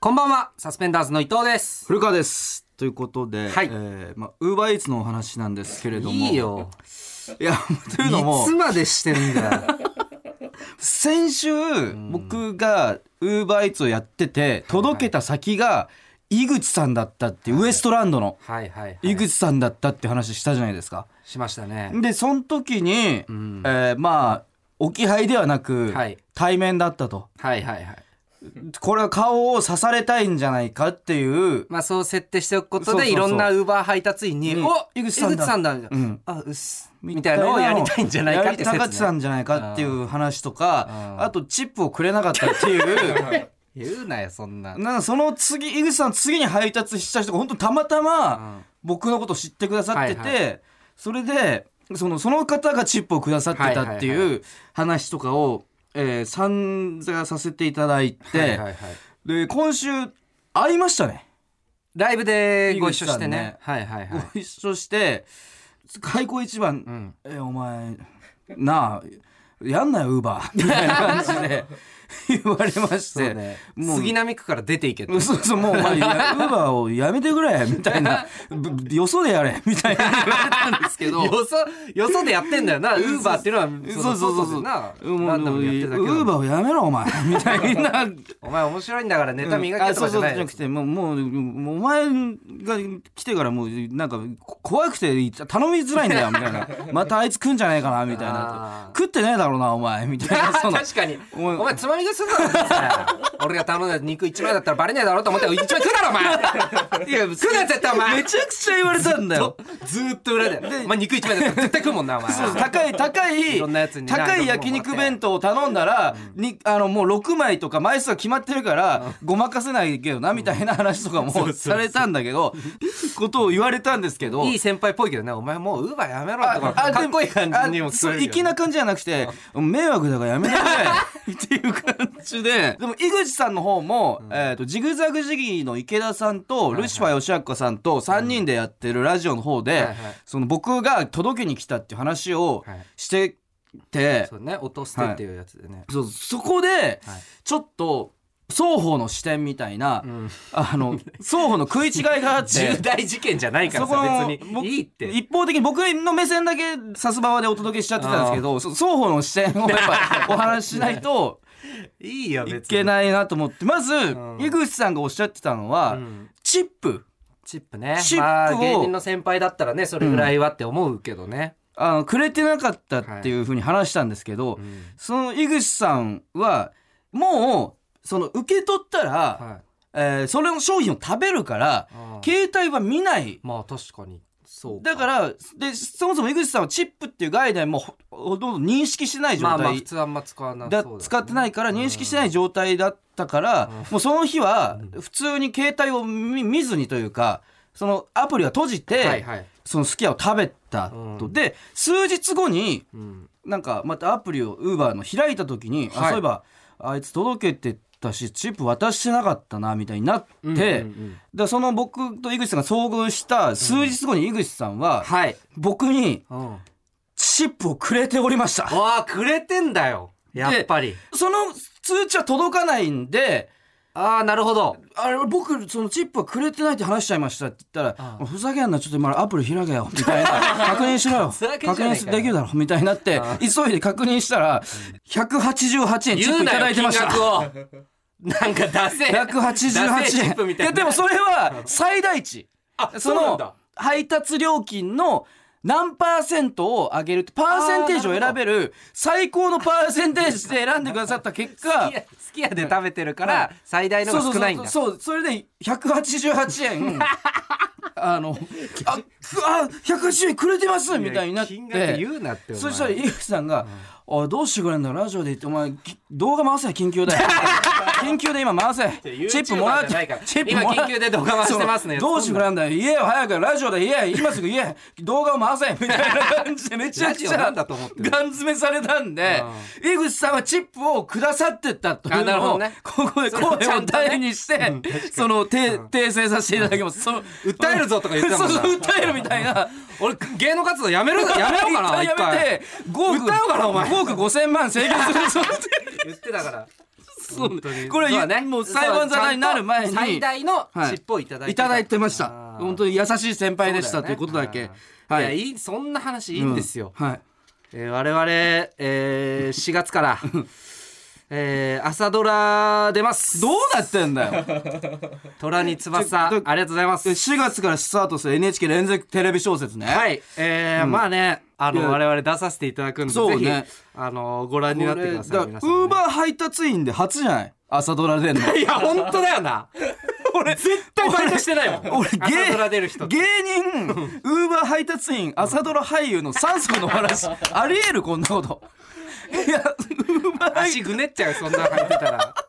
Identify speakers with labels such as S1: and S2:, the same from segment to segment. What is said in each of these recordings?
S1: こんばんは、サスペンダーズの伊藤です。
S2: 古川ですということで、
S1: はい
S2: えーまあ、ウーバーイーツのお話なんですけれども
S1: いいよ。
S2: いや というのも
S1: いつまでしてんだよ。
S2: 先週僕がウーバーイーツをやってて届けた先が井口さんだったっていうウエストランドの
S1: はいはい、はい。
S2: 井口さんだったって話したじゃないですか。
S1: しましたね。
S2: でその時に、
S1: ん
S2: えーまあ置き配ではなく、
S1: はい
S2: 対面だったと
S1: はいはいはい。
S2: これは顔を刺されたいんじゃないかっていう
S1: まあそう設定しておくことで
S2: そうそうそう
S1: いろんなウーバー配達員に「
S2: うん
S1: お
S2: 井口さんだ
S1: 井口さんだ」みたいな
S2: うん
S1: あうっす」みたいなのをやりたいんじゃないかって
S2: やり
S1: 説、
S2: たかってたんじゃないかっていう話とか
S1: うん
S2: あとチップをくれなかったっ ていう
S1: 言うなよそんな、
S2: なんかその次井口さん次に配達した人が本当たまたま僕のこと知ってくださってて、
S1: はいは
S2: それでそのその方がチップをくださってたって
S1: はいはい
S2: いう話とかを、えー散々させていただいて、
S1: はいはいはい
S2: で今週会いましたね
S1: ライブでご一緒してね
S2: 井口
S1: はいはいはい、
S2: ご一緒して開口一番、
S1: うん、
S2: えお前なあやんなよウーバーみたいな感じで言われまし
S1: そう
S2: て
S1: ね
S2: もう
S1: 杉並区から出ていけって
S2: そうそうもうお前やウーバーをやめてくれみたいなぶよそでやれみたいな 言われたんですけど
S1: よそよそでやってんだよなウーバーっていうのは
S2: そうそうそうそ
S1: の
S2: う
S1: な
S2: もう
S1: ランダム
S2: ウ
S1: にやってるだけなの
S2: ーバーをやめろお前みたいな
S1: お前面白いんだからネタ磨けとかじゃない
S2: うんあそうそうじ ゃなくてもうもうもうお前が来てからもうなんかこ怖くて頼みづらいんだよみた いなまたあいつ来んじゃないかなみたい
S1: あ
S2: な
S1: ー
S2: 食ってねえだろうなお前みたいなその
S1: 確かにお
S2: お前
S1: 前つまみ出すだろそれ俺が頼んだ肉一枚だったらバレねえだろと思って一枚食うだろお前 いや食うなっちゃったお前
S2: めちゃくちゃ言われたんだよ。
S1: ずーっと裏でお前肉一枚だったら絶対食うもんなお前
S2: そう高い高い
S1: いろんなやつにね
S2: 高い焼肉弁当を頼んだら、にあのもう6枚とか枚数が決まってるから、ごまかせないけどなみたいな話とかもされたんだけどことを言われたんですけど
S1: いい先輩っぽいけどねお前もうウーバーやめろとか
S2: あで
S1: かっこいい感じにも
S2: あ
S1: 聞こ
S2: そ
S1: える
S2: う
S1: けど
S2: 粋な感じじゃなくて迷惑だからやめてくれっていう感じ ででも井口さんの方も、えー、とジグザグジギーの池田さんとルシファー吉明さんと3人でやってるラジオの方で、
S1: はいはい
S2: その僕が届けに来たっていう話を
S1: はい
S2: してて、
S1: そうね落としてっていうやつでね
S2: そうそこで
S1: はい
S2: ちょっと双方の視点みたいな、
S1: うん
S2: あの双方の食い違い があって
S1: 重。大事件じゃないから
S2: そこの
S1: さ別
S2: 僕
S1: にいいって
S2: 一方的に僕の目線だけさすばわでお届けしちゃってたんですけどそ双方の視点をやっぱお話ししない と
S1: いいよ
S2: い
S1: 別に
S2: けないなと思ってまず
S1: ん
S2: 井口さんがおっしゃってたの
S1: う
S2: は
S1: ん
S2: チップ
S1: チップね
S2: チップを
S1: まあ芸人の先輩だったらねそれぐらいはって思うけどね、
S2: あのくれてなかったっていうふうに話したんですけど
S1: うん
S2: その井口さんはもうその受け取ったら
S1: はい
S2: えーそれの商品を食べるから
S1: あー
S2: 携帯は見ない
S1: まあ確かにそう
S2: だからでそもそも井口さんはチップっていう概念もほほとんど認識してない状
S1: まあ
S2: 態
S1: まあ普通あんま使わな
S2: だ
S1: そうね
S2: 使ってないから認識してない状態だったから、もうその日は普通に携帯を見見ずにというかそのアプリは閉じて、
S1: はいはい、
S2: そのすき家を食べたと、
S1: うん
S2: で数日後に
S1: うん、
S2: なんかまたアプリをウーバーの開いた時に、あ
S1: はい
S2: そういえばあいつ届けてたしチップ渡してなかったなみたいになって、
S1: うんうんうん
S2: でその僕と井口さんが遭遇した数日後に井口さんは、
S1: はい、
S2: 僕に
S1: うん、わ
S2: チップをくれておりました。
S1: あくれてんだよやっぱり
S2: その通知は届かないんで、
S1: ああなるほど
S2: あれ僕そのチップはくれてないって話しちゃいましたって言ったら
S1: あ
S2: 「ふざけんなちょっと今アプリ開けよ」 みたいな「確認しろよ
S1: ふざけ
S2: 確
S1: んじゃねえかよ
S2: 認できるだろ」みたいになって急いで確認したら188円チッ
S1: 言
S2: プ
S1: う
S2: いた
S1: な
S2: だ
S1: よ金
S2: いてました
S1: 額をなんか出せ出せチッ
S2: 188
S1: プ
S2: 円
S1: みたいない
S2: やでもそれは最大値
S1: あそ
S2: そう
S1: なん
S2: の
S1: だ
S2: 配達料金の何パーセントを上げるってパーセンテージを選べる最高のパーセンテージで選んでくださった結果
S1: 好きや好きやで食べてるから最大の
S2: そうそ
S1: が
S2: う
S1: 少ないんだ
S2: そうそうそれで188円 あのあくあ180円くれてますみたいになって
S1: 金額言うなってお前
S2: そしたら井口さんが「おいどうしてくれんだラジオで言ってお前き動画回せ緊急だ よ緊急で今回せチップもらっ
S1: じゃない
S2: て
S1: から
S2: チップもら
S1: 今緊急で動画回してますね
S2: そうどうしてくれんだよ言えよ早くラジオで言え今すぐ言え 動画を回せみたいな感じでめちゃく ち
S1: ラジオな
S2: ゃ
S1: んだと思ってる
S2: ガン詰めされたんで井口さんはチップをくださってったとい
S1: あ
S2: う
S1: なるほ
S2: の
S1: ど
S2: を
S1: ね
S2: ここで
S1: それをちゃ
S2: 声を
S1: んとね
S2: 大にして、そのて訂正させていただきます。その
S1: 訴えるぞとか言ってたもんな
S2: そうそう訴えるみたいな。
S1: 俺芸能活動 やめるやめようかな一
S2: やめ
S1: 回
S2: て、5億
S1: 訴えようかなお前
S2: 5億5000万請求するぞって。
S1: 言ってたから
S2: そう
S1: 当に
S2: これ
S1: そう
S2: は
S1: だね
S2: もう裁判沙汰になる前に
S1: そうちゃんと最大の
S2: はい
S1: 尻尾をいただいて、
S2: いただいてました
S1: あー
S2: 本当に優しい先輩でした、ということだけ
S1: は、
S2: はいい
S1: いやいいそんな話いいんですよ、
S2: うんはい
S1: えー我々、えー4月 から、えー朝ドラ出ます
S2: どうなってんだよ
S1: 虎に翼あ
S2: ち
S1: り
S2: ょ
S1: がとうございます
S2: 4月からスタートする NHK 連続テレビ小説ね、
S1: はいえーまあねあ
S2: い
S1: の
S2: や
S1: 我々出させていただくんで
S2: そうね
S1: ぜひあのご覧
S2: こ
S1: にな
S2: れだ
S1: ってくださ
S2: か
S1: い
S2: ら
S1: 皆さんね
S2: ウーバー配達員で初じゃない朝ドラ 出んの
S1: いや本当だよな
S2: 俺絶
S1: 絶対バイトしてないもん
S2: 俺芸
S1: 朝ドラ出る人って
S2: 芸人ウーバー配達員朝ドラ俳優の三足 の話ありえるこんなこといやウーバー
S1: 足ぐねっちゃうよそんな入ってたら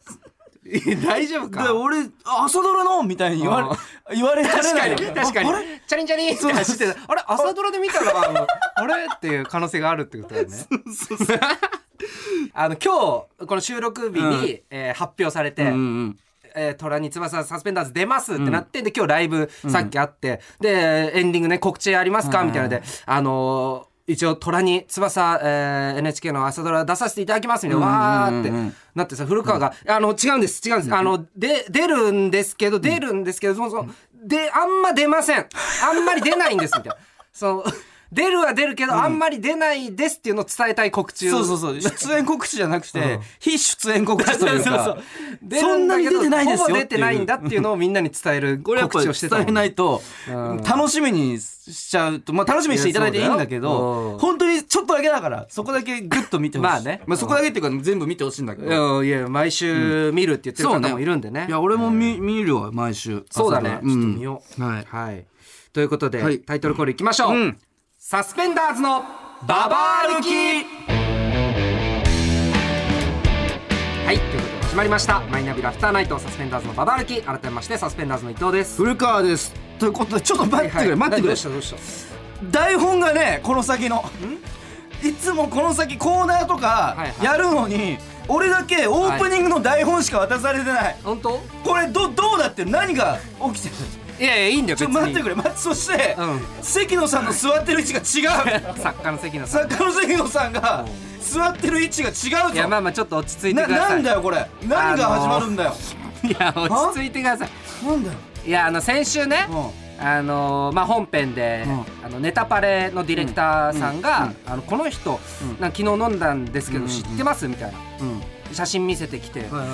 S1: いや大丈夫
S2: で
S1: か
S2: 俺朝ドラのみたいに言われ言われかね
S1: 確
S2: な
S1: か
S2: い
S1: に確かに
S2: ああれ
S1: チャリンチャリンって走ってたあれ朝ドラで見たらあのあれっていう可能性があるってことだよ ね あの今日この収録日に、
S2: う
S1: えー発表されて、
S2: うんうん
S1: えー虎に翼サスペンダーズ出ますってなって、で今日ライブさっきあって、でエンディングね告知ありますかみたいなので、あのー一応虎に翼、えー NHK の朝ドラ出させていただきますみたいな、わーってなってさ古川が、あの違うんです違うんです、あので出るんですけど出るんですけどそもそもであんま出ませんあんまり出ないんですみたいなその 出るは出るけど、あんまり出ないですっていうのを伝えたい告知を
S2: そうそうそう出演告知じゃなくて非出演告知と
S1: そ
S2: いうう
S1: そうそ
S2: か
S1: う。
S2: そんなに出てないですよ
S1: ほぼ出てないんだっていうのをみんなに伝える
S2: これやっ
S1: 告
S2: ぱ
S1: 知をしてたも
S2: 伝
S1: ん
S2: えないと
S1: うん
S2: 楽しみにしちゃうとまあ楽しみにしていただいていいんだけ
S1: いやそうだよう
S2: ど
S1: ん
S2: 本当にちょっとだけだからそこだけグッと見てほしい
S1: まあね
S2: まあそこだけっていうか全部見てほしいんだけ
S1: い
S2: ど
S1: やいや毎週見るって言ってる
S2: そうね
S1: 方もいるんでね
S2: いや俺も見見るわ毎週
S1: そうだねちょ
S2: 朝
S1: っと
S2: ドラ
S1: 見よう
S2: はい
S1: はいということで、
S2: はい
S1: タイトルコールいきましょう、
S2: うん
S1: サスペンダーズのババ歩きはいということで始まりましたマイナビラフターナイトサスペンダーズのババ歩き改めましてサスペンダーズの伊藤です
S2: 古川ですということでちょっと待ってくれ待ってく
S1: ど
S2: れ
S1: うしたどうした
S2: 台本がねこの先のいつもこの先コーナーとか
S1: はいはい
S2: やるのに、俺だけオープニングの台本しか渡されてない、
S1: 本当
S2: これどどうなってる何が起きてる
S1: いやいやいいんだよ
S2: ち
S1: 別
S2: ょ
S1: に
S2: 待ってくれ、ま、そして、
S1: う
S2: 関野さんの座ってる位置が違 う
S1: 作家の関野さん
S2: 作家の関野さんが座ってる位置が違う
S1: いや
S2: ぞ
S1: まあまあちょっと落ち着いて
S2: な
S1: くださ
S2: ないんだよこれ何が始まるんだよ、
S1: いや落ち着いてください
S2: なんだよ
S1: いやあの先週ね、あのまあ、本編で、あのネタパレのディレクターさんが「あのこの人、なんか昨日飲んだんですけど知ってます?」みたいな
S2: うんうん
S1: 写真見せてきて
S2: はいはい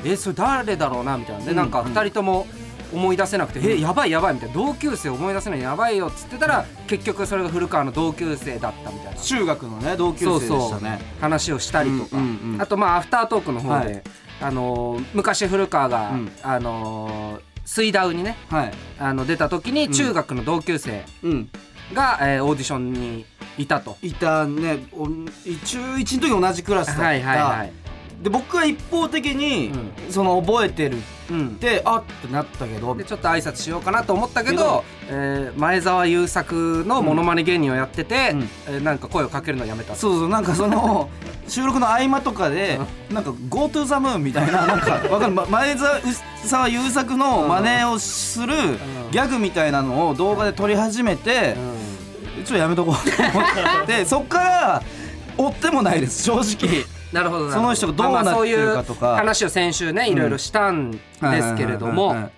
S1: 「えそれ誰だろうな」みたいなで
S2: うん
S1: なんか2人とも思い出せなくて「えやばいやばい」みたいな同級生思い出せないやばいよっつってたら結局それが古川の同級生だったみたいな。
S2: 中学のね同級生
S1: そう
S2: で
S1: そう
S2: したね
S1: 話をしたりとか、
S2: うんうんうん
S1: あとまあアフタートークの方で、
S2: はい
S1: あのー昔古川が、
S2: うん
S1: あのー水ダウにね
S2: はい
S1: あの出た時に中学の同級生
S2: うん
S1: が、えーオーディションにいたと。
S2: いたねお中1の時同じクラスだった、
S1: はいはいはい。
S2: で僕は一方的に、その覚えてる
S1: うん
S2: っ、てあってなったけど
S1: でちょっと挨拶しようかなと思ったけ
S2: け
S1: ど
S2: ど、
S1: えー前澤友作のモノマネ芸人をやってて、
S2: うん
S1: えーなんか声をかけるのやめた。
S2: そうそうなんか その収録の合間とかでなんか「GoTo the moon」みたいななんかわかるま前澤友作の真似をするギャグみたいなのを動画で撮り始めて
S1: うん
S2: ちょっとやめとこうと思 ってそっから追ってもないです正直。
S1: なるほどなるほど
S2: その人がどうなってるかとか
S1: まあまあそういう話を先週ねいろいろしたんですけれど
S2: はいはいはい
S1: も
S2: はい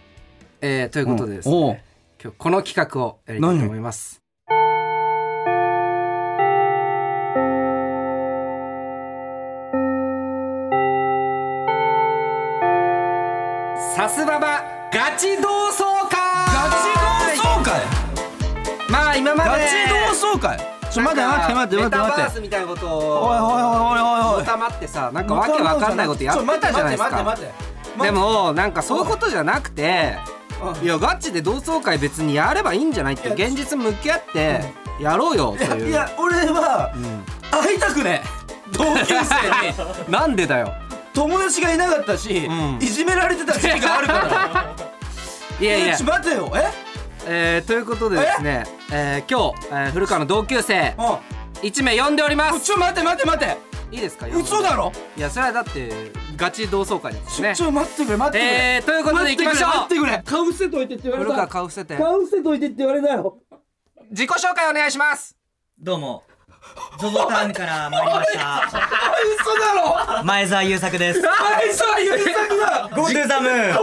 S1: えーということでですね
S2: おう
S1: 今日この企画をやりたいと思います。さすばばガチ同窓会
S2: ガチ同窓会
S1: まあ今まで
S2: ガチ同窓会ちょ待って待って待って待って
S1: なんかメタ
S2: 待
S1: バー
S2: って
S1: スみたいなこと
S2: おいおいおい
S1: を
S2: おいおいおい
S1: たまってさなんかわけわかんないことやってたじゃないですか
S2: ちょ待って待って待って待って
S1: でもなんかそういうことじゃなくて
S2: うん
S1: いやガチで同窓会別にやればいいんじゃないって
S2: いや
S1: 現実向き合ってやろうよという
S2: いや俺は
S1: ん
S2: 会いたくねえ同級生に
S1: なんでだよ
S2: 友達がいなかったし、
S1: ん
S2: いじめられてた時期があるから
S1: いやい
S2: え
S1: や
S2: ちょ、待てよえ
S1: えー、ということでですね、えー、今日、えー、古川の同級生
S2: う
S1: 1名呼んでおりま
S2: ん
S1: す
S2: ちょ待て待て待て
S1: いいですか
S2: 嘘だろ
S1: いやそれはだってガチ同窓会です
S2: ちょ,、
S1: ね
S2: ちょ待ってくれ待ってくれ、
S1: えー、ということでいきましょう
S2: 待ってくれ待ってくれ顔伏せといてって言われ
S1: 古
S2: た
S1: 川顔伏せて
S2: 顔伏せといてって言われたよ
S1: 自己紹介お願いします
S3: どうもゾゾタウンから参りました
S2: 嘘だろ
S3: 前澤友 作です
S2: あいつは優作 だ
S3: GoTo ザムーン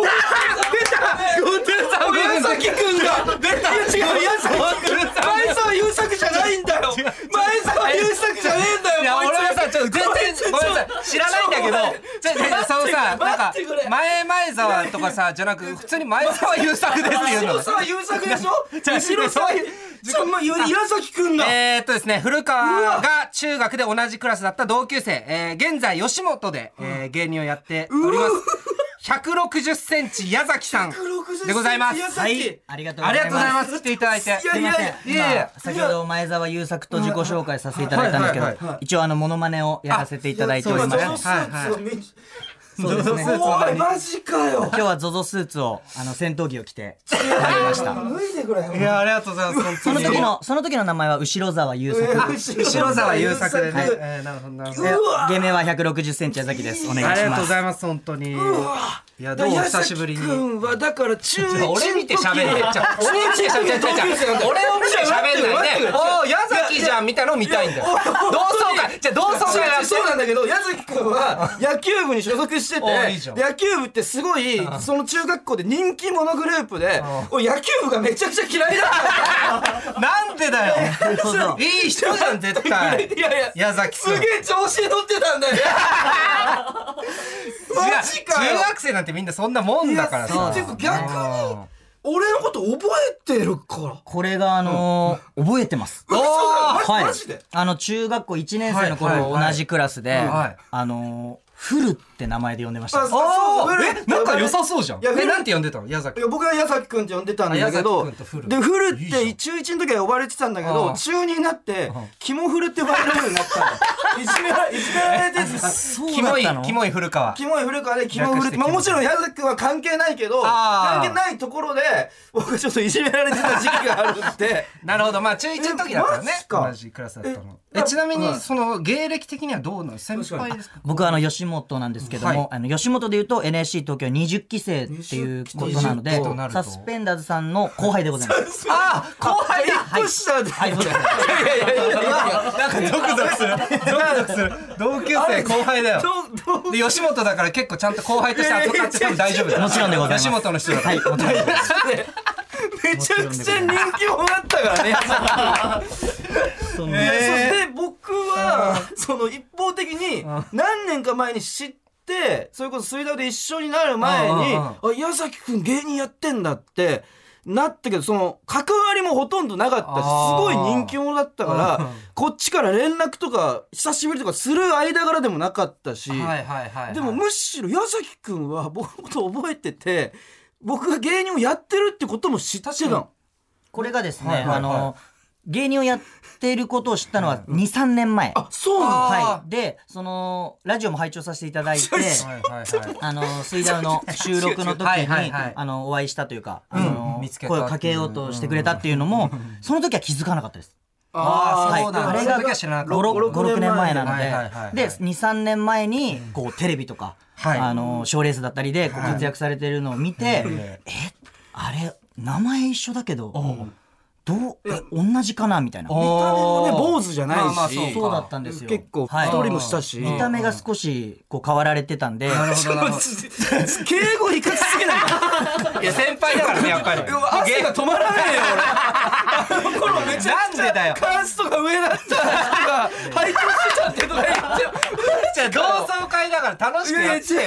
S2: 宮崎くんが出た違う宮崎くん前澤優作じゃないんだよ前澤優作じゃねえんだよ
S1: いや
S2: こい
S1: 俺
S2: つ
S1: はさちょっと全然ごめんなさい知らないんだけどちょちょそのさなんか前前沢とかさじゃなく普通に前沢優作ですっていう
S2: 後ろ
S1: の
S2: 澤優作でしょ後ろ澤優作宮崎くんだ
S1: えーっとですね古川が中学で同じクラスだった同級生、えー現在吉本で、えー芸人をやっております160センチ矢崎さんでございます
S2: 160センチ矢崎
S3: はいありがとう
S1: あ
S3: ご
S1: りがと
S3: ざい
S1: うござい
S3: ます
S1: ます来ていただいて
S3: すいません
S1: いやいや
S3: 今先ほど前澤友作と自己紹介させていただいたんですけ
S1: はいはい
S3: ど一応あのモノマネをやらせていただいておりま
S1: そうで
S3: す
S1: すねはいはい
S3: そうですね
S2: おいマジかよ
S3: 今日は ZOZO スーツをあの戦闘着を 着て入りました
S1: いやありがとうございます
S3: その時のその時の名前は後ろ沢優作
S1: 白沢優作でね、えーなるほどなるほど
S3: で芸名は160センチ矢崎ですお願いし
S1: ありがとう
S3: ま
S1: ご
S3: す
S1: ざいます本当にいやどうお久しぶりに
S2: 君はだから中1
S1: 俺見て喋るね。ちょ俺見て喋る。ちょちょちょ俺を見て喋んないで。おお矢崎じゃんみたいの見たいんだよ。同窓会じゃあ同窓会やって
S2: そうなんだけど矢崎君は野球部に所属してて
S1: おいいじゃん
S2: 野球部ってすごいその中学校で人気者グループで俺野球部がめちゃくちゃ嫌いだ
S1: なんでだよ。
S3: なるほど
S1: いい人じゃん絶
S2: った。
S1: 対
S2: いやいや
S1: 矢崎
S2: す
S1: さん。
S2: げえ調子に乗ってた んだよマジか
S1: 違う
S2: よ
S1: 中学生なんてみんなそんなもんだから
S2: いや
S1: さ
S2: ってい。うか逆に
S1: うん
S2: 俺のこと覚えてるから
S3: これがあのー覚えてます
S1: おお。
S2: マ
S3: はい
S2: マジで
S3: あの中学校1年生の
S1: はいはい
S3: 頃
S1: はい
S3: 同じクラスで
S1: はい
S3: あのーフルって名前で呼んでました
S2: あそう
S1: お
S2: そう
S1: ーえなんか良さそうじゃん。
S2: いや
S1: えなんて呼んでたの矢崎
S2: い。や僕は矢崎くんって呼んでたんだけ
S1: あ矢
S2: ど
S1: 崎くんとフル
S2: でフルっ
S1: いいじゃ
S2: て中1の時は呼ばれてたんだけ
S1: あ
S2: ど
S1: あ
S2: 中2になってキモフルって呼ばれるようにな ったのいじめらいじめられてて
S1: キモいキモい古川。
S2: キモい古川でキモフルっ、
S1: 略してて
S2: まあ、
S1: キモ
S2: もちろん矢崎くんは関係ないけど
S1: ああ
S2: 関係ないところで僕ちょっといじめられてた時期があるんで
S1: なるほどまあ中1の時だからね
S2: えマジか
S1: 同じクラスだったの
S2: え
S1: えちなみ
S2: は
S1: に
S2: い
S1: その芸歴的にはどうなの先輩ですか
S3: 僕はあの吉本なんですけども、
S1: はい
S3: あの吉本でいうと NSC 東京20期生っていうことな
S1: 20
S3: ので
S1: 期となると
S3: サスペンダーズさんの後輩でござい ます。
S1: ああ後輩だ
S2: 一個下で、
S3: はい、そうです。
S1: なんかゾクゾクする。 ゾクゾクする。同級生後輩だよ。
S2: どうどう
S1: で吉本だから結構ちゃんと後輩として扱って多分大丈夫だよ。
S3: もちろんでございます
S1: 吉本の人だか
S3: は
S1: ら。
S3: い、もちろんです。
S2: めちゃくちゃ人気者だったからねそし
S3: その
S2: て僕はその一方的に何年か前に知ってそれこそ水道で一緒になる前に
S1: あ
S2: あ矢崎くん芸人やってんだってなったけどその関わりもほとんどなかったしす
S1: あー
S2: ごい人気者だったからこっちから連絡とか久しぶりとかする間柄でもなかったし、
S1: はいはいはい。
S2: でもむしろ矢崎くんは僕のこと覚えてて僕が芸人をやってるってことも知ってたの。
S3: これがですね、
S1: はいはいはい
S3: あの芸人をやっていることを知ったのは2、3年前。
S2: あそうなんだ
S1: あ
S3: はい。で、そのラジオも拝聴させてい ただいて。
S1: はいはいはい。
S3: あの、水ダ ウの収録の時
S1: はい
S3: に、
S1: はいはい
S3: あの、お会いしたというか、あの
S1: 見つけた
S3: 声をかけようとしてくれたっていうのも、その時は気づかなかったです。
S1: あーそうなんだ
S3: はい、あれ
S1: そ
S3: が
S1: の時は知らなかった
S3: 5、6年前なの
S1: はいはい
S3: で
S1: はいはい、
S3: で、2、3年前に、こう、テレビとか、
S1: はい
S3: あの、賞レースだったりで、こう活躍されてるのを見て、え、あれ、名前一緒だけど、どう、え、同じかなみたいな。
S2: 見た目もね
S1: おー
S2: 坊主じゃないし、
S1: まあまあそうか
S3: そうだったんですよ。
S2: 結構
S3: はい
S2: 太りもしたし、
S3: 見た目が少し、こう、変わられてたんで、
S1: なるほ どなるほ
S2: 敬語いかつすぎない
S1: ど。いや先輩だからねやっぱり。
S2: 汗が止まらないよ
S1: 頃めちゃくちゃ。なんでだよ
S2: 俺。カーストが上だった人が配達してたってとか言って
S1: じゃあ同窓会だから楽しくやってよ。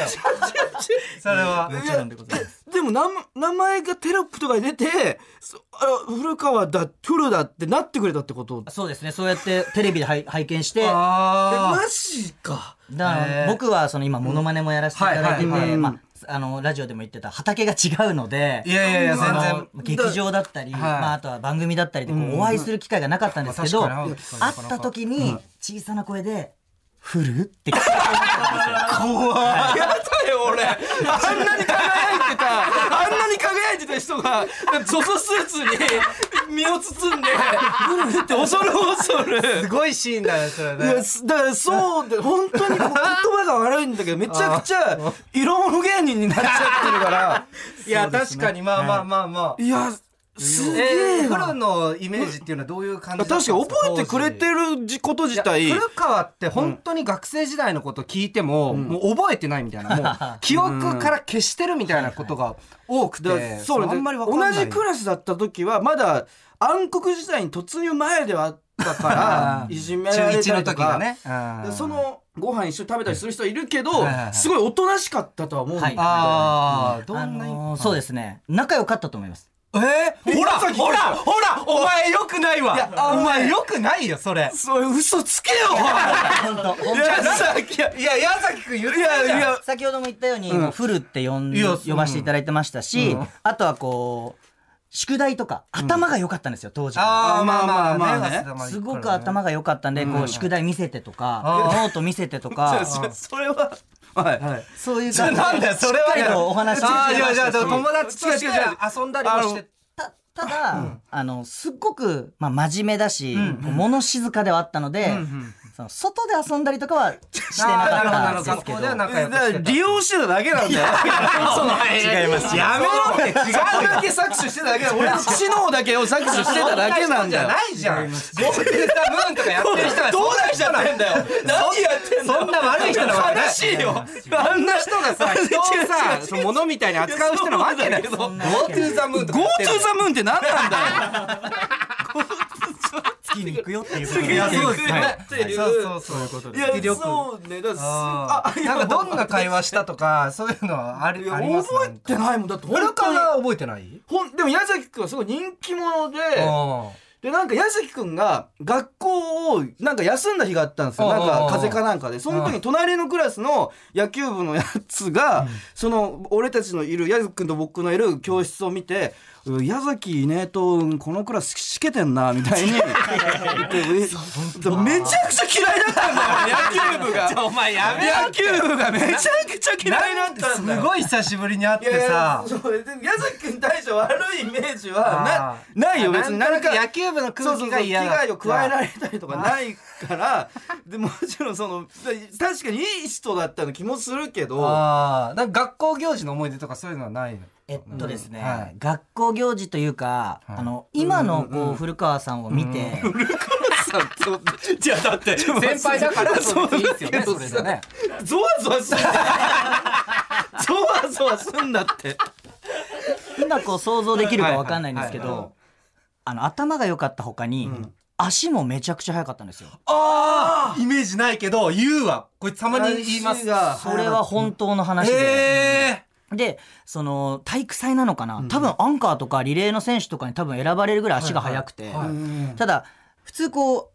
S1: それは。
S3: もちろんでございます。
S2: でも名名前がテロップとかに出てそあ古川だトゥルだってなってくれたってこと
S3: そうですね、そうやってテレビ ではい拝見して、
S2: え
S1: あ
S2: マジか
S3: だから
S1: へー
S3: 僕はその今モノマネもやらせていただいてて、
S1: はいはいはい
S3: まあ、あのラジオでも言ってた畑が違うので
S1: あ。いやいやいや全
S3: あ
S1: 然
S3: の。劇場だったり、まあ、あとは番組だったりでこうお会いする機会がなかったんですけど、
S1: まあ確かに
S3: 会った時に小さな声で「フル?」って聞い
S2: や
S3: た
S2: だよ俺あんなに輝いてたあんなに輝いてた人がゾゾスーツに身を包んでブルって恐る恐る
S1: すごいシーンだねそれ
S2: いや
S1: ね。
S2: すだからそうで本当 に言葉が悪いんだけどめちゃくちゃ 色物芸人になっちゃってるから
S1: いや確かにまあまあまあまあ。
S2: いやす
S1: え
S2: げ
S1: ー、
S2: え
S1: フ
S2: な
S1: ルのイメージっていうのはどういう感じだ
S2: 確
S1: った
S2: か
S1: ん
S2: に
S1: ですか
S2: 覚えてくれてるじこと自体
S1: いや古川って本当に学生時代のこと聞いても、もう覚えてないみたいな、も う記憶から消してるみたいなことが多くて、
S2: だからそう
S1: れ
S2: ね
S1: あんまりわかんな
S2: 同
S1: い
S2: じクラスだった時はまだ暗黒時代に突入前ではあったから いじめられ
S1: 中一
S2: た
S1: の
S2: りと
S1: 時
S2: か、
S1: がね、
S2: で
S1: うん
S2: そのご飯一緒に食べたりする人いるけど
S1: いはいはい
S2: すごいおとなしかったとは思うんだよね、
S1: ああど
S3: あ
S1: んな、
S3: のーそうですね仲良かったと思 います
S1: えー、ほら
S2: 紫
S1: ほらほらお前よくないわ
S2: いやあのね
S1: お前よくないよそれ
S2: そう嘘つけよお
S3: 本当
S2: いいやさいやいや矢崎君言ってたじゃんいや
S3: 先ほども言ったように、もうフルって呼ん
S1: いや
S3: 呼ばせていただいてましたし、あとはこう宿題とか頭が良かったんですよ当時から
S2: あーまあまあまあね
S3: すごく頭
S1: が
S3: が良かったんで、こう宿題見せてとか
S1: あー
S3: ノート見せてと か
S2: そそれははい、
S1: はい
S3: そういう
S1: じゃあ
S3: 感じで
S1: なんだよそれは
S3: しっかりとお話しして
S1: あ
S3: く
S1: ー
S3: れ
S1: じゃあじゃ
S3: まし
S1: あ
S3: たし
S1: 友達として
S2: 違う違う
S1: じゃあ遊んだりもして
S3: たただ、あのすっごく、まあ、真面目だし、物静かではあったので、その外で遊んだりとかはしてなかったんですけど
S1: あーなるほどなるほど学校では仲良くしてた
S2: 利用してただけなんだよ。その違います。やめろって。違うだけ搾取してただけだ。俺の知能だけを搾取してただけなん
S1: じ
S2: だ
S1: ゃ
S2: よ。
S1: ないじゃんゴールデンスタムーンとかやってる人は
S2: どうなっちゃってんだよ。何やってんだよ。
S1: そんな悪い人なわけない
S2: 悲しいよ。
S1: あんな人がさ、人を
S2: 違う違う
S1: さ
S2: 違う、
S1: その物みたいに扱う人なわけない。
S2: そう
S1: Go to the moon とか
S2: Go
S1: 言ってる
S2: to the moon って何なんだよ。
S4: 月に行くよっていうこと
S2: とで
S4: でい
S1: いや
S4: や
S1: そうです
S2: はい
S1: ね。そうそうそういうことで
S2: い
S1: す。
S2: や
S1: 威力
S2: そうね。だから
S1: あ
S2: すあ
S1: ー
S2: い
S1: な
S2: や
S1: んかどんな会話したとか、そういうのはある、あります
S2: 覚えてないもんだって
S1: 古
S2: 本当に
S1: 川は覚えてない
S2: ほんでも矢崎くんはすごい人気者で。
S1: あ
S2: でなんか矢崎くんが学校をなんか休んだ日があったんですよ
S1: あ
S2: な
S1: あ
S2: んか風邪かなんかでその時に隣のクラスの野球部のやつが、その俺たちのいる矢崎くんと僕のいる教室を見て「うん矢崎ねとこのクラスしけてんな」みたいに言ってえめちゃくちゃ嫌いだったんだよ野球部 が
S1: お前や
S2: 野球部がめちゃくちゃ嫌いだったんだ
S1: す
S2: よ
S1: ごい久しぶりに会っ
S2: いや
S1: て
S2: いや
S1: さ。
S2: そうで矢崎君に対して悪いイメージは
S1: あ
S2: なないよ別に
S1: なん
S2: なん
S1: と
S2: か
S1: なく野球部の
S2: そう
S1: 空
S2: そ
S1: 気
S2: うそ
S1: が
S2: う危
S1: 嫌だった
S2: 害を加えられたりとかないからでもちろんその確かにいい人だったの気もするけど
S1: ああ、なんか学校行事の思い出とかそういうのは ないの。
S3: えっとですね、
S1: うんはい
S3: 学校行事というか、あの今のこう古川さんを見て、
S2: いやだって
S1: 先輩だから
S2: そう
S1: いいですよね、
S2: そう
S1: それがね。
S2: ゾワゾワすんだゾワゾワすんだって
S3: 今こう想像できるかわかんないんですけど、あの頭が良かった他に、足もめちゃくちゃ速かったんですよ。
S1: ああイメージないけど、言うわ。こいつたまに言います。
S2: が
S3: それは本当の話で。
S1: え
S3: で、その体育祭なのかな、多分アンカーとかリレーの選手とかに多分選ばれるぐらい足が速くて、
S1: はい
S3: ただ普通こう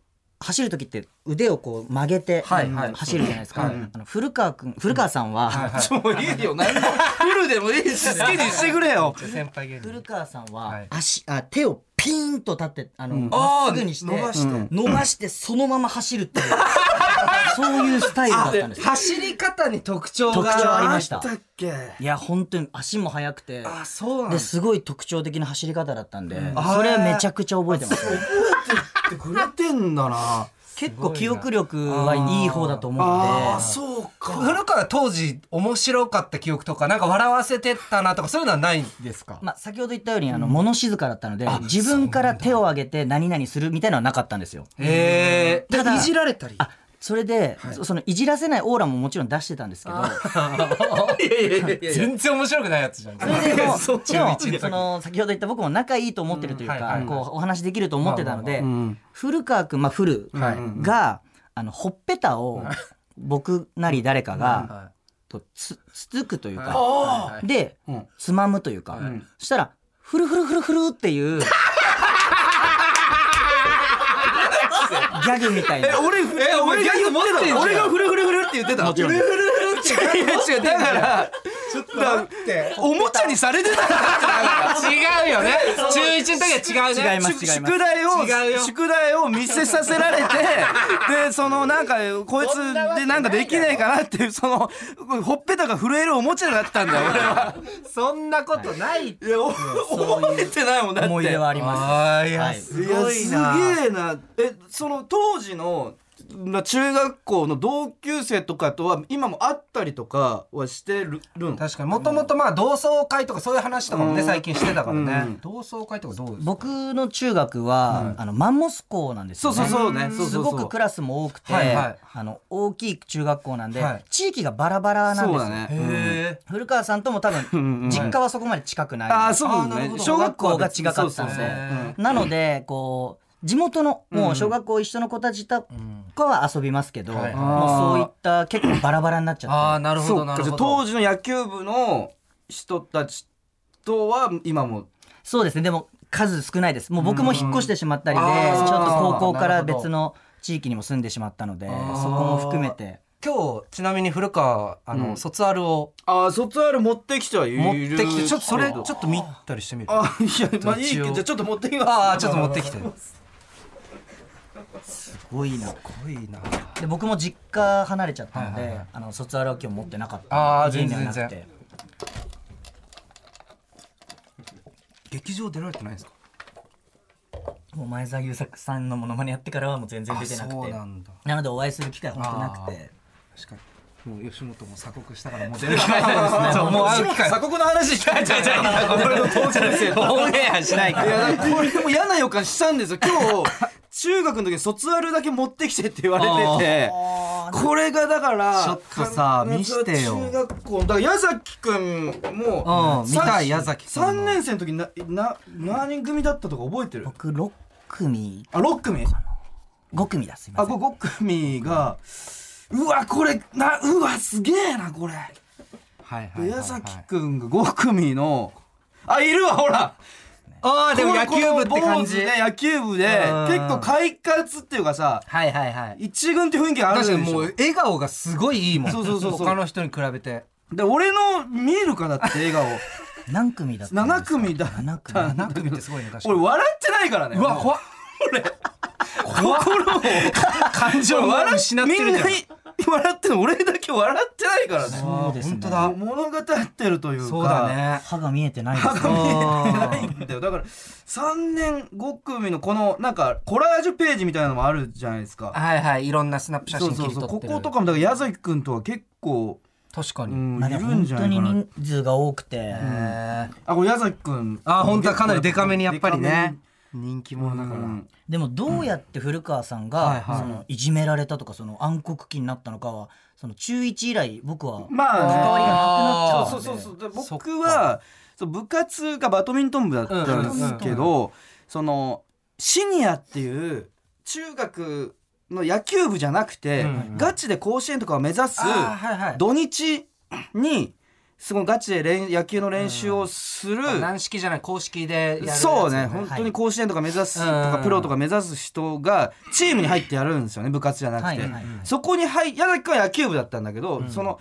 S3: 走る時って腕をこう曲げて
S1: はいはい
S3: 走るじゃないですか。あの古川君、古川さんは、
S2: もういいよ何もフルでもいいし好きにしてくれよ
S1: ー先輩芸人。
S3: 古川さんは
S1: はい
S3: 足、あ手をピーンと立ってあの、ま
S1: あ
S3: っ
S1: ー
S3: すぐにして
S1: 伸ばして
S3: うん伸ばしてそのまま走るっていうそういうスタイルだったんですよ
S1: 走り方に特徴が
S3: 特徴ありました
S1: あったっけ
S3: いや本当に足も速くて
S1: あそうなんだ
S3: ですごい特徴的な走り方だったんで、
S1: ー
S3: それはめちゃくちゃ覚えてますね
S2: ってくれてんだな
S3: 結構記憶力はいい方だと思
S2: あ
S3: う
S2: あ
S3: んで
S2: そうか
S1: 古川当時面白かった記憶とかなんか笑わせてたなとかそういうのはないんですか
S3: まあ、先ほど言ったようにあの物静かだったので、自分から手を挙げて何々するみたいなのはなかったんですよ
S1: へえ
S3: ただ
S1: いじられたり
S3: あそれで、そそのいじらせないオーラももちろん出してたんですけど
S1: 全然面白くないやつじゃん
S3: それでもうでもその先ほど言った僕も仲いいと思ってるという
S1: うんはい
S3: か
S1: はい
S3: こうお話できると思ってたので古川君まあ古があのほっぺたを僕なり誰かがとつつつくというかでつまむというかそしたらフルフルフルフルって いうギャグみたいな。
S2: 俺え俺が言ってた俺がフルフルフルって言ってたフルフルフルって違う違うだからちょっと
S1: って
S2: おもちゃにされてた
S1: 違うよね中一の時は違うね
S3: 違います違います
S2: 宿題
S1: 違う
S2: を
S1: よ
S2: 宿題を見せさせら れてでそのなんかこいつでなんかできないかなっていうそのほっぺたが震えるおもちゃだったんだよ俺は
S1: そんなことないって
S2: いやお覚えてないもんだって
S3: 思い出はあります
S1: あーい
S3: は
S1: や
S3: い
S1: す
S2: いや
S1: ごいな
S2: すげえなえその当時のまあ中学校の同級生とかとは今も会ったりとかはしてるるの
S1: 確かにもともとまあ同窓会とかそういう話とかもね、
S2: うん
S1: 最近してたからね、
S2: うん
S1: 同窓会とかどうですか
S3: 僕の中学は、あのマンモス校なんです
S2: そ
S3: よ
S2: うそ
S3: ね
S2: うそうねそう
S3: す
S2: そうそう
S3: ごくクラスも多くて、
S1: はいはい
S3: あの大きい中学校なんで、
S1: はい
S3: 地域がバラバラなんです
S2: そう
S3: よ
S2: だね
S1: へえ
S3: 古川さんとも多
S2: ん うん
S3: 分実家はそこまで近くない、
S2: ああそう
S1: あーなる
S2: ね
S1: ほど
S2: 小学校は別に
S3: 小学校が違かったんで
S2: そうそうそう
S1: へ
S3: なのでこう地元のもう小学校一緒の子たちとかは遊びますけど、
S1: はい
S3: もうそういった結構バラバラになっち
S1: あ
S3: ゃ
S1: あ
S3: って
S1: なるほ
S2: そ
S1: ど
S2: っ
S1: な
S2: か
S1: る
S2: じゃ
S1: ほ
S2: あ
S1: ど
S2: 当時の野球部の人たちとは今も
S3: そうですねでも数少ないですもう僕も引っ越してしまったりで、
S1: うんあー
S3: ちょっと高校か
S1: な
S3: ら
S1: るほど
S3: 別の地域にも住んでしまったのでそ
S1: ー
S3: こも含めて
S1: 今日ちなみに古川あの、
S2: うん
S1: 卒アルを
S2: ああ卒アル持ってきてはいる
S1: 持ってきてちょっとそれちょっ
S2: と
S1: と見たりしてみるあ
S2: あいやまあいいけどじゃあちょっと持ってきます
S1: あーちょっと持ってきてす
S3: すごいな
S1: ごいな
S3: で僕も実家離れちゃったので、
S1: はいはいはい
S3: あの卒アルは今日持ってなかった
S1: あー
S3: 家にはなくて
S1: 全然劇場出られてないんですか
S3: もう前澤友作さんのものまねやってからはもう全然出てなくて
S1: そうな
S3: なん
S1: だ
S3: のでお会いする機会本当なくて
S1: 確かにもう吉本も鎖国したからもう出る機会ないですねもう会う機会
S2: 鎖国の話しないじゃんじゃあ 俺の当時のせいだ
S1: オンエアしないか
S2: いや
S1: ら
S2: だからこれでも嫌な予感したんですよ今日中学の時に卒アルだけ持ってきてって言われててこれがだから
S1: ちょっとさ見してよ
S2: 中学校だから矢崎くんも
S1: うん見たい矢崎くんも
S2: 3年生の時なな何人組だったとか覚えてる
S3: 僕6組
S2: あ六6組
S3: 5組だすいま
S2: あ
S3: せん
S2: ご5組がうわこれなうわすげえなこれ
S1: はいはいはいはい
S2: 矢崎くんが5組のあいるわほら
S1: ああでも野球部って感じ
S2: この坊主で野球部で
S1: うん
S2: 結構快活っていうかさ
S1: はいはいはい
S2: 一軍って雰囲気あるで
S1: 確
S2: し
S1: かに
S2: ょ
S1: もう笑顔がすごいいいもん
S2: そうそうそうそう
S1: 他の人に比べて
S2: で俺の見えるかだって笑顔
S3: 何組だったんで
S2: 7
S3: すか
S2: 組だっ
S3: 7組
S2: た
S1: 何組ってすごいね確か
S2: 俺
S1: に
S2: 笑ってないからね
S1: うわ
S2: も
S1: 怖っ
S2: う心を
S1: 感情を
S2: 笑っ
S1: 失ってるじゃん
S2: みんな 笑ってるの俺だけ笑ってないからね
S3: そうですね
S1: 本当
S2: あ
S1: だ
S2: 物語ってるというか
S1: そうだね
S3: 歯が見えてないです
S2: 見えてないんだよだから3年5組のこのなんかコラージュページみたいなのもあるじゃないですか
S1: はいはいいろんなスナップ写
S2: そう
S1: 真
S2: そ
S1: 切
S2: う
S1: り
S2: そう
S1: 取
S2: こ
S1: ってる
S2: ことかもだから矢崎くんとは結構、
S1: 確か
S2: う
S1: に、
S2: ん、
S3: ま
S2: い
S3: あで
S2: る
S3: も
S2: ん
S3: 本
S2: じゃ
S3: 当
S2: ない
S3: に
S2: かな
S3: 人数が多くて
S1: へー
S2: あこれ矢崎くん
S1: あ本当はかなりデカめにやっぱりね人気者だから、
S2: うん
S3: でもどうやって古川さん
S1: はい
S3: が
S1: はい
S3: そのいじめられたとかその暗黒期になったのかはその中1以来僕は
S2: まあ
S3: 関わりがなくなっちゃ
S2: そうう
S3: ので
S2: そうそうで僕はそう部活がバドミントン部だったんですけど、そのシニアっていう中学の野球部じゃなくて、
S1: うんうん
S2: ガチで甲子園とかを目指す
S1: あーはいはい
S2: 土日にすごいガチで練野球の練習をする、
S1: 軟式じゃない公式でやるやつ
S2: そうね本当に甲子園とか目指すとか、
S1: うん
S2: プロとか目指す人がチームに入ってやるんですよね部活じゃなくて、
S3: はいはい
S2: そこに入矢崎君は野球部だったんだけど、その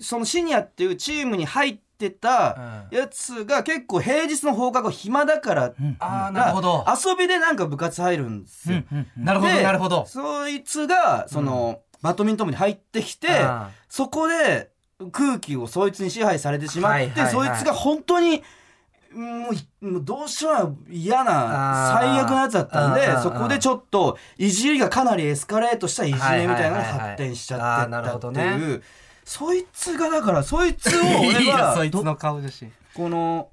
S2: そのシニアっていうチームに入ってたやつが結構平日の放課後暇だからって
S1: ああなるほど
S2: が遊びでなんか部活入るんですよ。
S1: なるほど
S2: で
S1: なるほど
S2: そいつがその、バドミントン部に入ってきて
S1: あー
S2: そこで空気をそいつに支配されてしまって、
S1: はいはいはい
S2: そいつが本当にもうもうどうしようもない嫌な
S1: あー
S2: 最悪なやつだったんで
S1: うんうんうん
S2: そこでちょっといじりがかなりエスカレートしたいじりみたいなのが発展しちゃってったっていう、
S1: はいはいはいあーなるほど
S2: そいつがだからそ いつを俺は
S1: つの顔写真
S2: この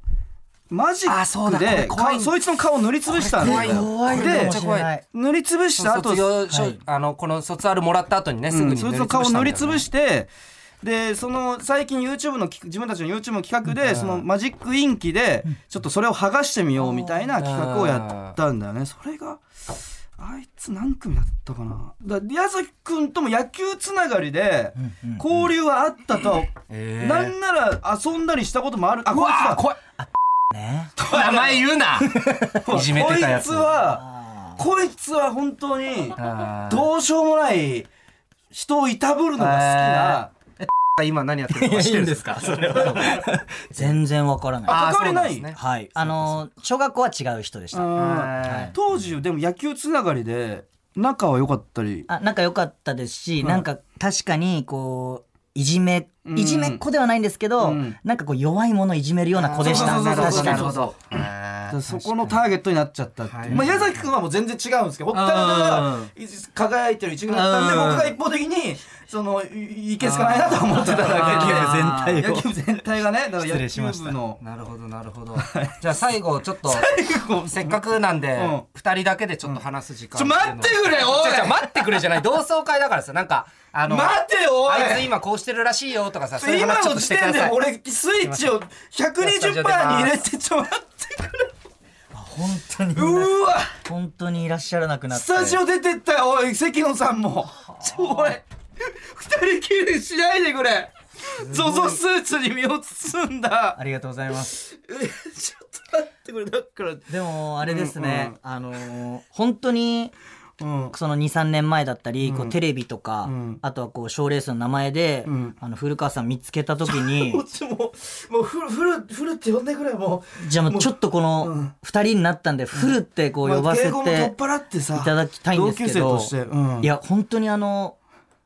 S2: マジ
S1: あーそう
S2: ッ
S1: だ
S2: ク
S1: こ
S2: で
S1: れ怖い
S2: 顔そいつの顔を塗りつぶしたんだ
S1: これ
S2: よ。
S3: 怖い
S2: で
S3: のかも
S1: ちょ
S3: しれない
S2: 塗りつぶした後
S1: 卒業証、
S3: はい
S1: あのこの卒アルもらった後にねすぐ
S2: うん
S1: に
S2: そ
S1: 塗
S2: いつ
S1: り
S2: の
S1: つぶ
S2: 顔
S1: したんだよね、
S2: を塗りつぶしてでその最近 YouTube のき自分たちの YouTube の企画で、そのマジックインキでちょっとそれを剥がしてみようみたいな企画をやったんだよねそれがあいつ何組だったかなだから矢崎君とも野球つながりで交流はあったとは、
S1: えー
S2: なんなら遊んだりしたこともあるあこいつ
S1: あ
S2: だ
S1: 怖い
S3: ね
S1: 名前言うないじめてたやつ
S2: こいつは
S3: あ
S2: こいつは本当に
S1: あー
S2: どうしようもない人をいたぶるのが好きな。
S1: 今何やってるか知ってるんですかそれ
S3: ー全然わからない
S2: あ関わりない
S3: はいあのー小学校は違う人でした
S1: はい
S2: 当時でも野球つながりで仲は良かったり
S3: あなんか良かったですし、なんか確かにこういじめ、
S2: うん
S3: いじめっ子ではないんですけど、
S2: うん
S3: なんかこう弱いものをいじめるような子でした
S2: あーそうそうそうそう
S3: 確
S1: な
S3: か
S1: る
S3: に
S1: ほど。
S2: だからそこのターゲットになっちゃったっていう、
S1: はい
S2: まあ、矢崎君はもう全然違うんですけど堀田が輝いてる一軍だったんで
S4: うん
S2: 僕が一方的にそのいいけすかないなとは思ってただ
S4: あ
S2: け
S4: ー
S2: で野球部全体がねだから
S4: 失礼
S2: 野
S4: し
S2: 球
S4: ました
S2: 部の
S1: なるほどなるほど。じゃあ最後ちょっと
S2: 後
S1: せっかくなんで
S2: うん
S1: 二人だけでちょっと話す時間。
S2: ちょ待ってくれおい
S1: ちょちょ待ってくれじゃない同窓会だからさなんかあの
S2: 待てよおい
S1: あいつ今こうしてるらしいよとかさそういう
S2: 今
S1: 話ちょっ
S2: の
S1: として
S2: 時
S1: くだ
S2: 点で
S1: さい。
S2: 俺スイッチを120%に入れてちょっと待ってくれ
S3: 本当に
S2: うわ
S3: 本当にいらっしゃらなくなって
S2: スタジオ出てったよおい関野さんもちょおい二人きりにしないでくれゾゾスーツに身を包んだ
S3: ありがとうございます
S2: えちょっと待ってこれだから
S3: でもあれです
S2: う
S3: ね、
S2: んうん
S3: あのー本当に
S2: うん
S3: その23年前だったり、こうテレビとか、
S2: ん
S3: あとはこう賞ーレースの名前で、
S2: ん
S3: あの古川さん見つけた時に
S2: こっちもうもうフルフルフルって呼んでくれも
S3: じゃあもうちょっとこ
S2: うん
S3: の2人になったんで、フルってこ
S2: う
S3: う呼ばせて、
S2: 敬語も取っ払ってさ
S3: いただきたいんですけど
S2: 同級生として、うん、
S3: いや本当にあの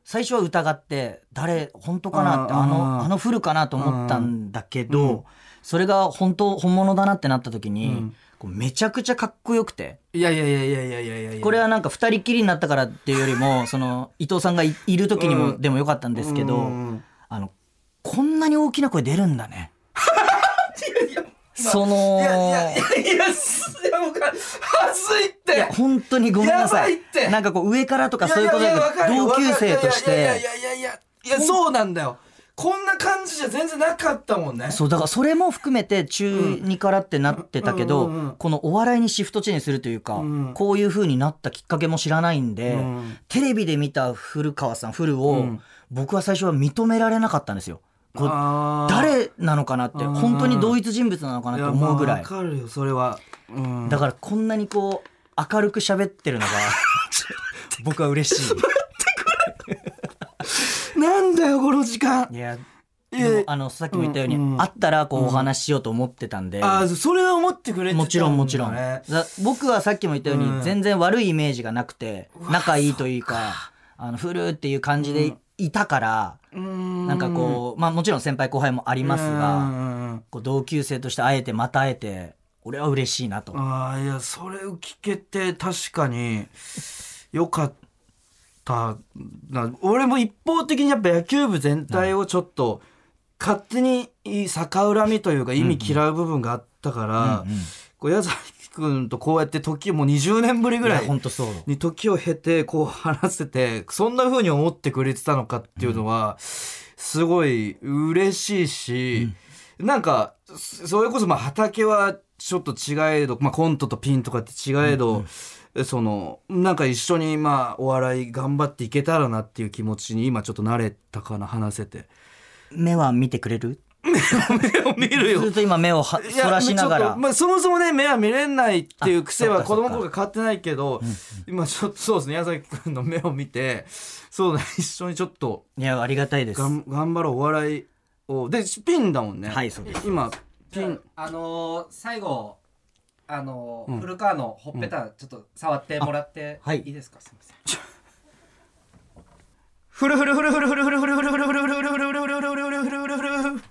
S3: 最初は疑って誰本当かなって
S2: うん
S3: あ
S2: うん
S3: のあのフルかなと思ったんだけど、それが本当本物だなってなった時に、こうめちゃくちゃかっこよくて
S2: いやいやいやいやいやいやいやいや
S3: これはなんか2人きりになったからっていうより もその伊藤さんがいいる時にもでもよかったんですけど、
S2: うん
S3: あのこんなに大きな声出るん だね。その
S2: いやいやいやいやいや僕は恥ずいって
S3: いや本当にごめんなさ
S2: や
S3: い
S2: ばいって
S3: なんかこう上からとかそういうこと
S2: い
S3: で
S2: やいやわかるよ
S3: 同級生とし
S2: いやいやい
S3: て
S2: やいやいやいやそうなんだよこんな感じじゃ全然なかったもんね
S3: そうだからそれも含めて中2からってなってたけど、
S2: うんうんうん
S3: このお笑いにシフトチェンジするというか、
S2: ん
S3: こういう風になったきっかけも知らないんで、
S2: ん
S3: テレビで見た古川さんフルを、
S2: うん
S3: 僕は最初は認められなかったんですよ。こう
S2: あー
S3: 誰なのかなって
S2: うん
S3: 本当に同一人物なのかなって思うぐらい
S2: やまあわかるよそれは、うん
S3: だからこんなにこう明るく喋っ てるのが僕は嬉しい
S2: なんだよこの時間
S3: いや
S2: い
S3: で
S2: や
S3: もあのさっきも言ったように、
S2: うんうん
S3: 会ったらこうお話ししようと思ってたんで、
S2: あーそれは思ってくれてただね
S3: もちろんもちろん、だ僕はさっきも言ったように、
S2: うん
S3: 全然悪いイメージがなくて仲いいというかあのフルっていう感じでいたから、
S2: な
S3: なんかこうまあもちろん先輩後輩もあり
S2: い
S3: ますが、こう同級生として会えてまた会えて俺は嬉しいなと、
S2: ああいやそれを聞けて確かによかったな俺も一方的にやっぱ野球部全体をちょっと勝手に逆恨みというか意味嫌う部分があったから、こう矢崎君とこうやって時もう20年ぶりぐらい
S3: 本当そう
S2: に時を経てこう話せてそんな風に思ってくれてたのかっていうのはすごい嬉しいし、なんかそそれこそまあ畑はちょっと違えど、まあ、コントとピンとかって違えど、そのなんか一緒にまあお笑い頑張っていけたらなっていう気持ちに今ちょっと慣れたかな話せて。
S3: 目は見てくれる
S2: 見るよ
S3: ずっと今目をは
S2: そ
S3: そらしながら
S2: まあ、そもそもね目は見れないっていう癖は
S3: あそ
S2: 子
S3: っか
S2: 供
S3: そっか
S2: の頃から変わってないけど今ちょっとそうですね矢崎君の目を見てそうだ一緒にちょっと
S3: いやありがたいです
S2: がん頑張ろうお笑いをでピンだもんね
S3: はいそうです
S2: 今ピ
S1: じゃ
S2: ン
S1: ああのー最後あのー
S2: ん
S1: 古川のほっぺたちょっと触ってもらって
S3: あはい
S1: いいですかすみません。
S2: フルフルフルフルフルフルフルフルフルフルフルフルフルフルフルフルフルフル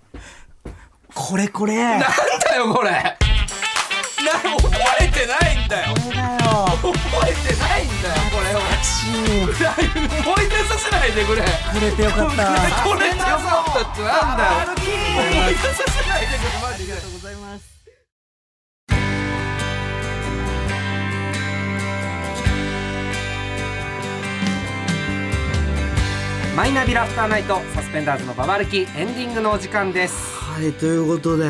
S3: これこれなんだよ
S2: なんだよこれな覚えてないんだよ覚えてないんだよこれを 思い出させないでくれ
S3: くれてよか った
S2: これ強かったってなんだよ思い出させないでくれマジで
S1: マイナビラフターナイトサスペンダーズのババ歩きエンディングのお時間です。
S2: はいということで、
S1: い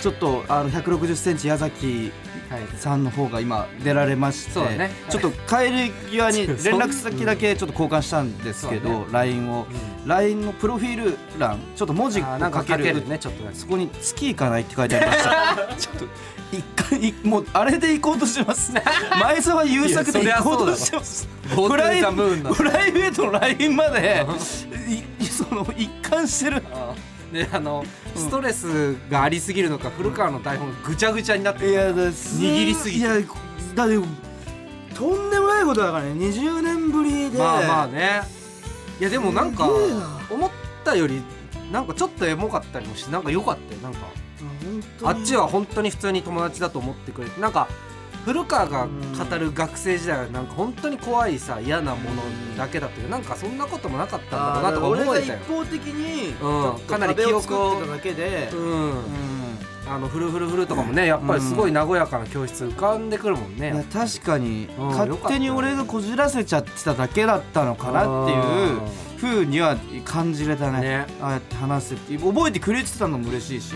S2: ちょっとあの160センチ矢崎
S1: はい。
S2: さんの方が今出られまして、
S1: そうだね
S2: ちょっと帰り 際に連絡先だけちょっと交換したんですけ
S1: そう
S2: ど、
S1: だ
S2: LINE を、LINE のプロフィール欄ちょっと文字を
S1: あーなんか
S2: か
S1: か
S2: け
S1: け
S2: る
S1: るねちょっとだけ
S2: そこに「月行かない」って書いてありました ちょっと一回いもうあれで行こうとしてます前澤は優作で行こうとしてます
S1: いやそ
S2: プ
S1: りゃそうだろ
S2: ライ
S1: Go to the moon の
S2: プライベートの LINE までいその一貫してる
S1: あー であのストレスがありすぎるのか古川の台本ぐちゃぐちゃになって
S2: いやだす
S1: 握りすぎて
S2: いやだってとんでもないことだからね20年ぶりで
S1: まあまあねいやでもなんか
S2: すげえな
S1: 思っったよりなんかちょっとエモかったりもしてなんか良かったよなんかあっちは本当に普通に友達だと思ってくれてなんか古川が語る学生時代はなんか本当に怖いさ嫌なものだけだったけどなんかそんなこともなかったんだろうなとか思えたよ
S2: 俺が一方的
S1: う
S2: に
S1: ん
S2: か
S1: か
S2: な
S1: な
S2: り
S1: り
S2: 記
S1: 記
S2: 憶
S1: 憶
S2: を
S1: を
S2: 作ってただけで、
S1: うん
S2: うん
S1: あのフルフルフルとかもねやっぱりすごい和やかな教室浮かんでくるもんね
S2: いや確かに
S1: うん
S2: 勝手に俺がこじらせちゃってただけだったのかなっていうふうには感じれたね
S1: ね
S2: ああやって話せって覚えてくれてたのも嬉しいし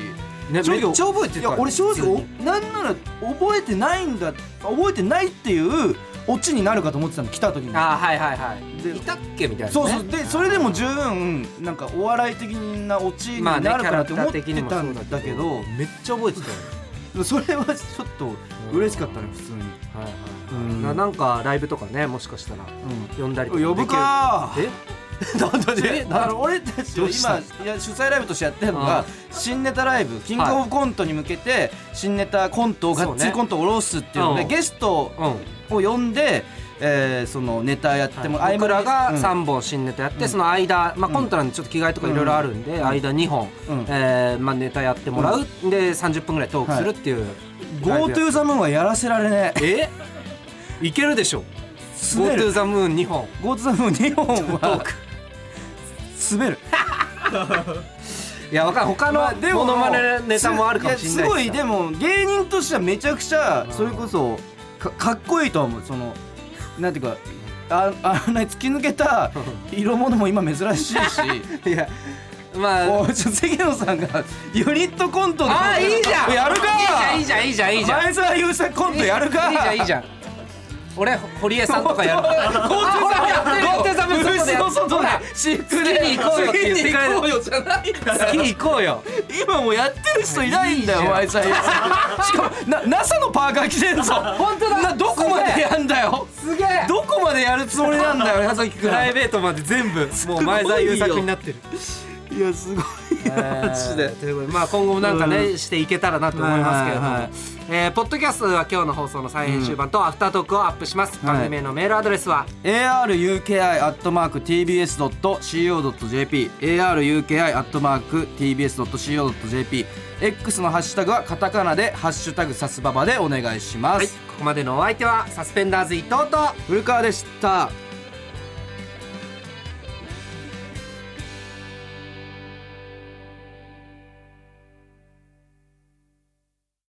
S1: ね
S2: 正
S1: め
S2: 直
S1: っちゃ覚えてた
S2: いや
S1: よ
S2: 俺正
S1: 普
S2: 直
S1: 通
S2: お
S1: に
S2: なんなら覚えてないんだ覚えてないっていうオチになるかと思ってたの来た時に
S1: あーはいはいはい
S2: で
S1: いたっけみたいなね
S2: そうそうでそれでも十分なんかお笑い的なオチに
S1: ま
S2: な
S1: あ
S2: る
S1: ね
S2: かなって
S1: キャラク
S2: 思っ
S1: ター
S2: て
S1: 的にも
S2: た
S1: そうん
S2: だ
S1: だ
S2: け
S1: け
S2: ど
S1: どめっちゃ覚えてたよ
S2: それはちょっと嬉しかったね普通に、
S1: はいはいは
S2: うん
S1: いななんかライブとかねもしかしたら呼んだりとか
S2: 呼ぶか
S1: できる
S2: なんだ
S1: え
S2: ね
S1: なん
S2: あの俺たち
S1: ど
S2: を
S1: うした
S2: 今いや主催ライブとしてやってるのが
S1: あ
S2: 新ネタライブキングオブコントに向けて新ネタコントを
S1: そう
S2: が
S1: ね
S2: っつりコントを下ろすっていうので
S1: うん
S2: ゲスト
S1: えうん
S2: を呼んでえーそのネタやってもら
S1: はい僕らが
S2: うん
S1: 3本新ネタやって、その間、まあ、コントなんでちょっと着替えとかいろいろあるんで、間2本、
S2: うん
S1: えーまあ、ネタやってもらう、で30分ぐらいトークするっていう、
S2: GoTo ザムーンはやらせられねえ
S1: えいけるでしょ
S2: 滑る
S1: GoTo ザムーン2本
S2: GoTo ザムーン2本
S1: ト
S2: は
S1: ーク
S2: 滑る
S1: いやわかんない他
S2: まあ
S1: のモノマネネタもあるかもしれない
S2: やすごいでも芸人としてはめちゃくちゃそれこそかかっこいいとは思うそのなんていうかああんな突き抜け た色物も今珍しいし
S1: いや まあ
S2: おいちょっと関野さんがユニットコントの
S1: あーいいじゃん
S2: やるか
S1: いいじゃんいいじゃんいいじゃんいいじゃん
S2: 前澤友作コントやるか
S1: いいじゃんいいじゃん俺堀江さんとかやる
S2: ゴ ー
S1: あほらやってるよ
S2: テザム
S1: ブースの外で
S2: シッ
S1: 好きに行こうよって言ってくれる
S2: よじゃないんだよ
S1: 好き行こうよ
S2: 今もうやってる人いないんだよ
S1: いいじゃん
S2: 前澤友作しかもな NASA のパーカー着てんぞ
S1: 本当だ
S2: などこまでやんだよ
S1: すげえ
S2: どこまでやるつもりなんだよ矢崎
S1: プ
S2: 君
S1: ライベートまで全部もう前澤友作になってる
S2: いやすごいよマジ
S1: え
S2: で
S1: ーということでまあ今後もなんかね、
S2: う
S1: していけたらなと思いますけれども、
S2: はいはいはい
S1: えーポッドキャストでは今日の放送の再編集版とアフタートークをアップします、
S2: はい
S1: 番組へのメールアドレスは
S2: aruki.tbs.co.jp aruki.tbs.co.jp X のハッシュタグはカタカナで「ハッシュタグサスババ」でお願いしま
S1: はい
S2: す、
S1: ここまでのお相手はサスペンダーズ伊藤と
S2: 古川でした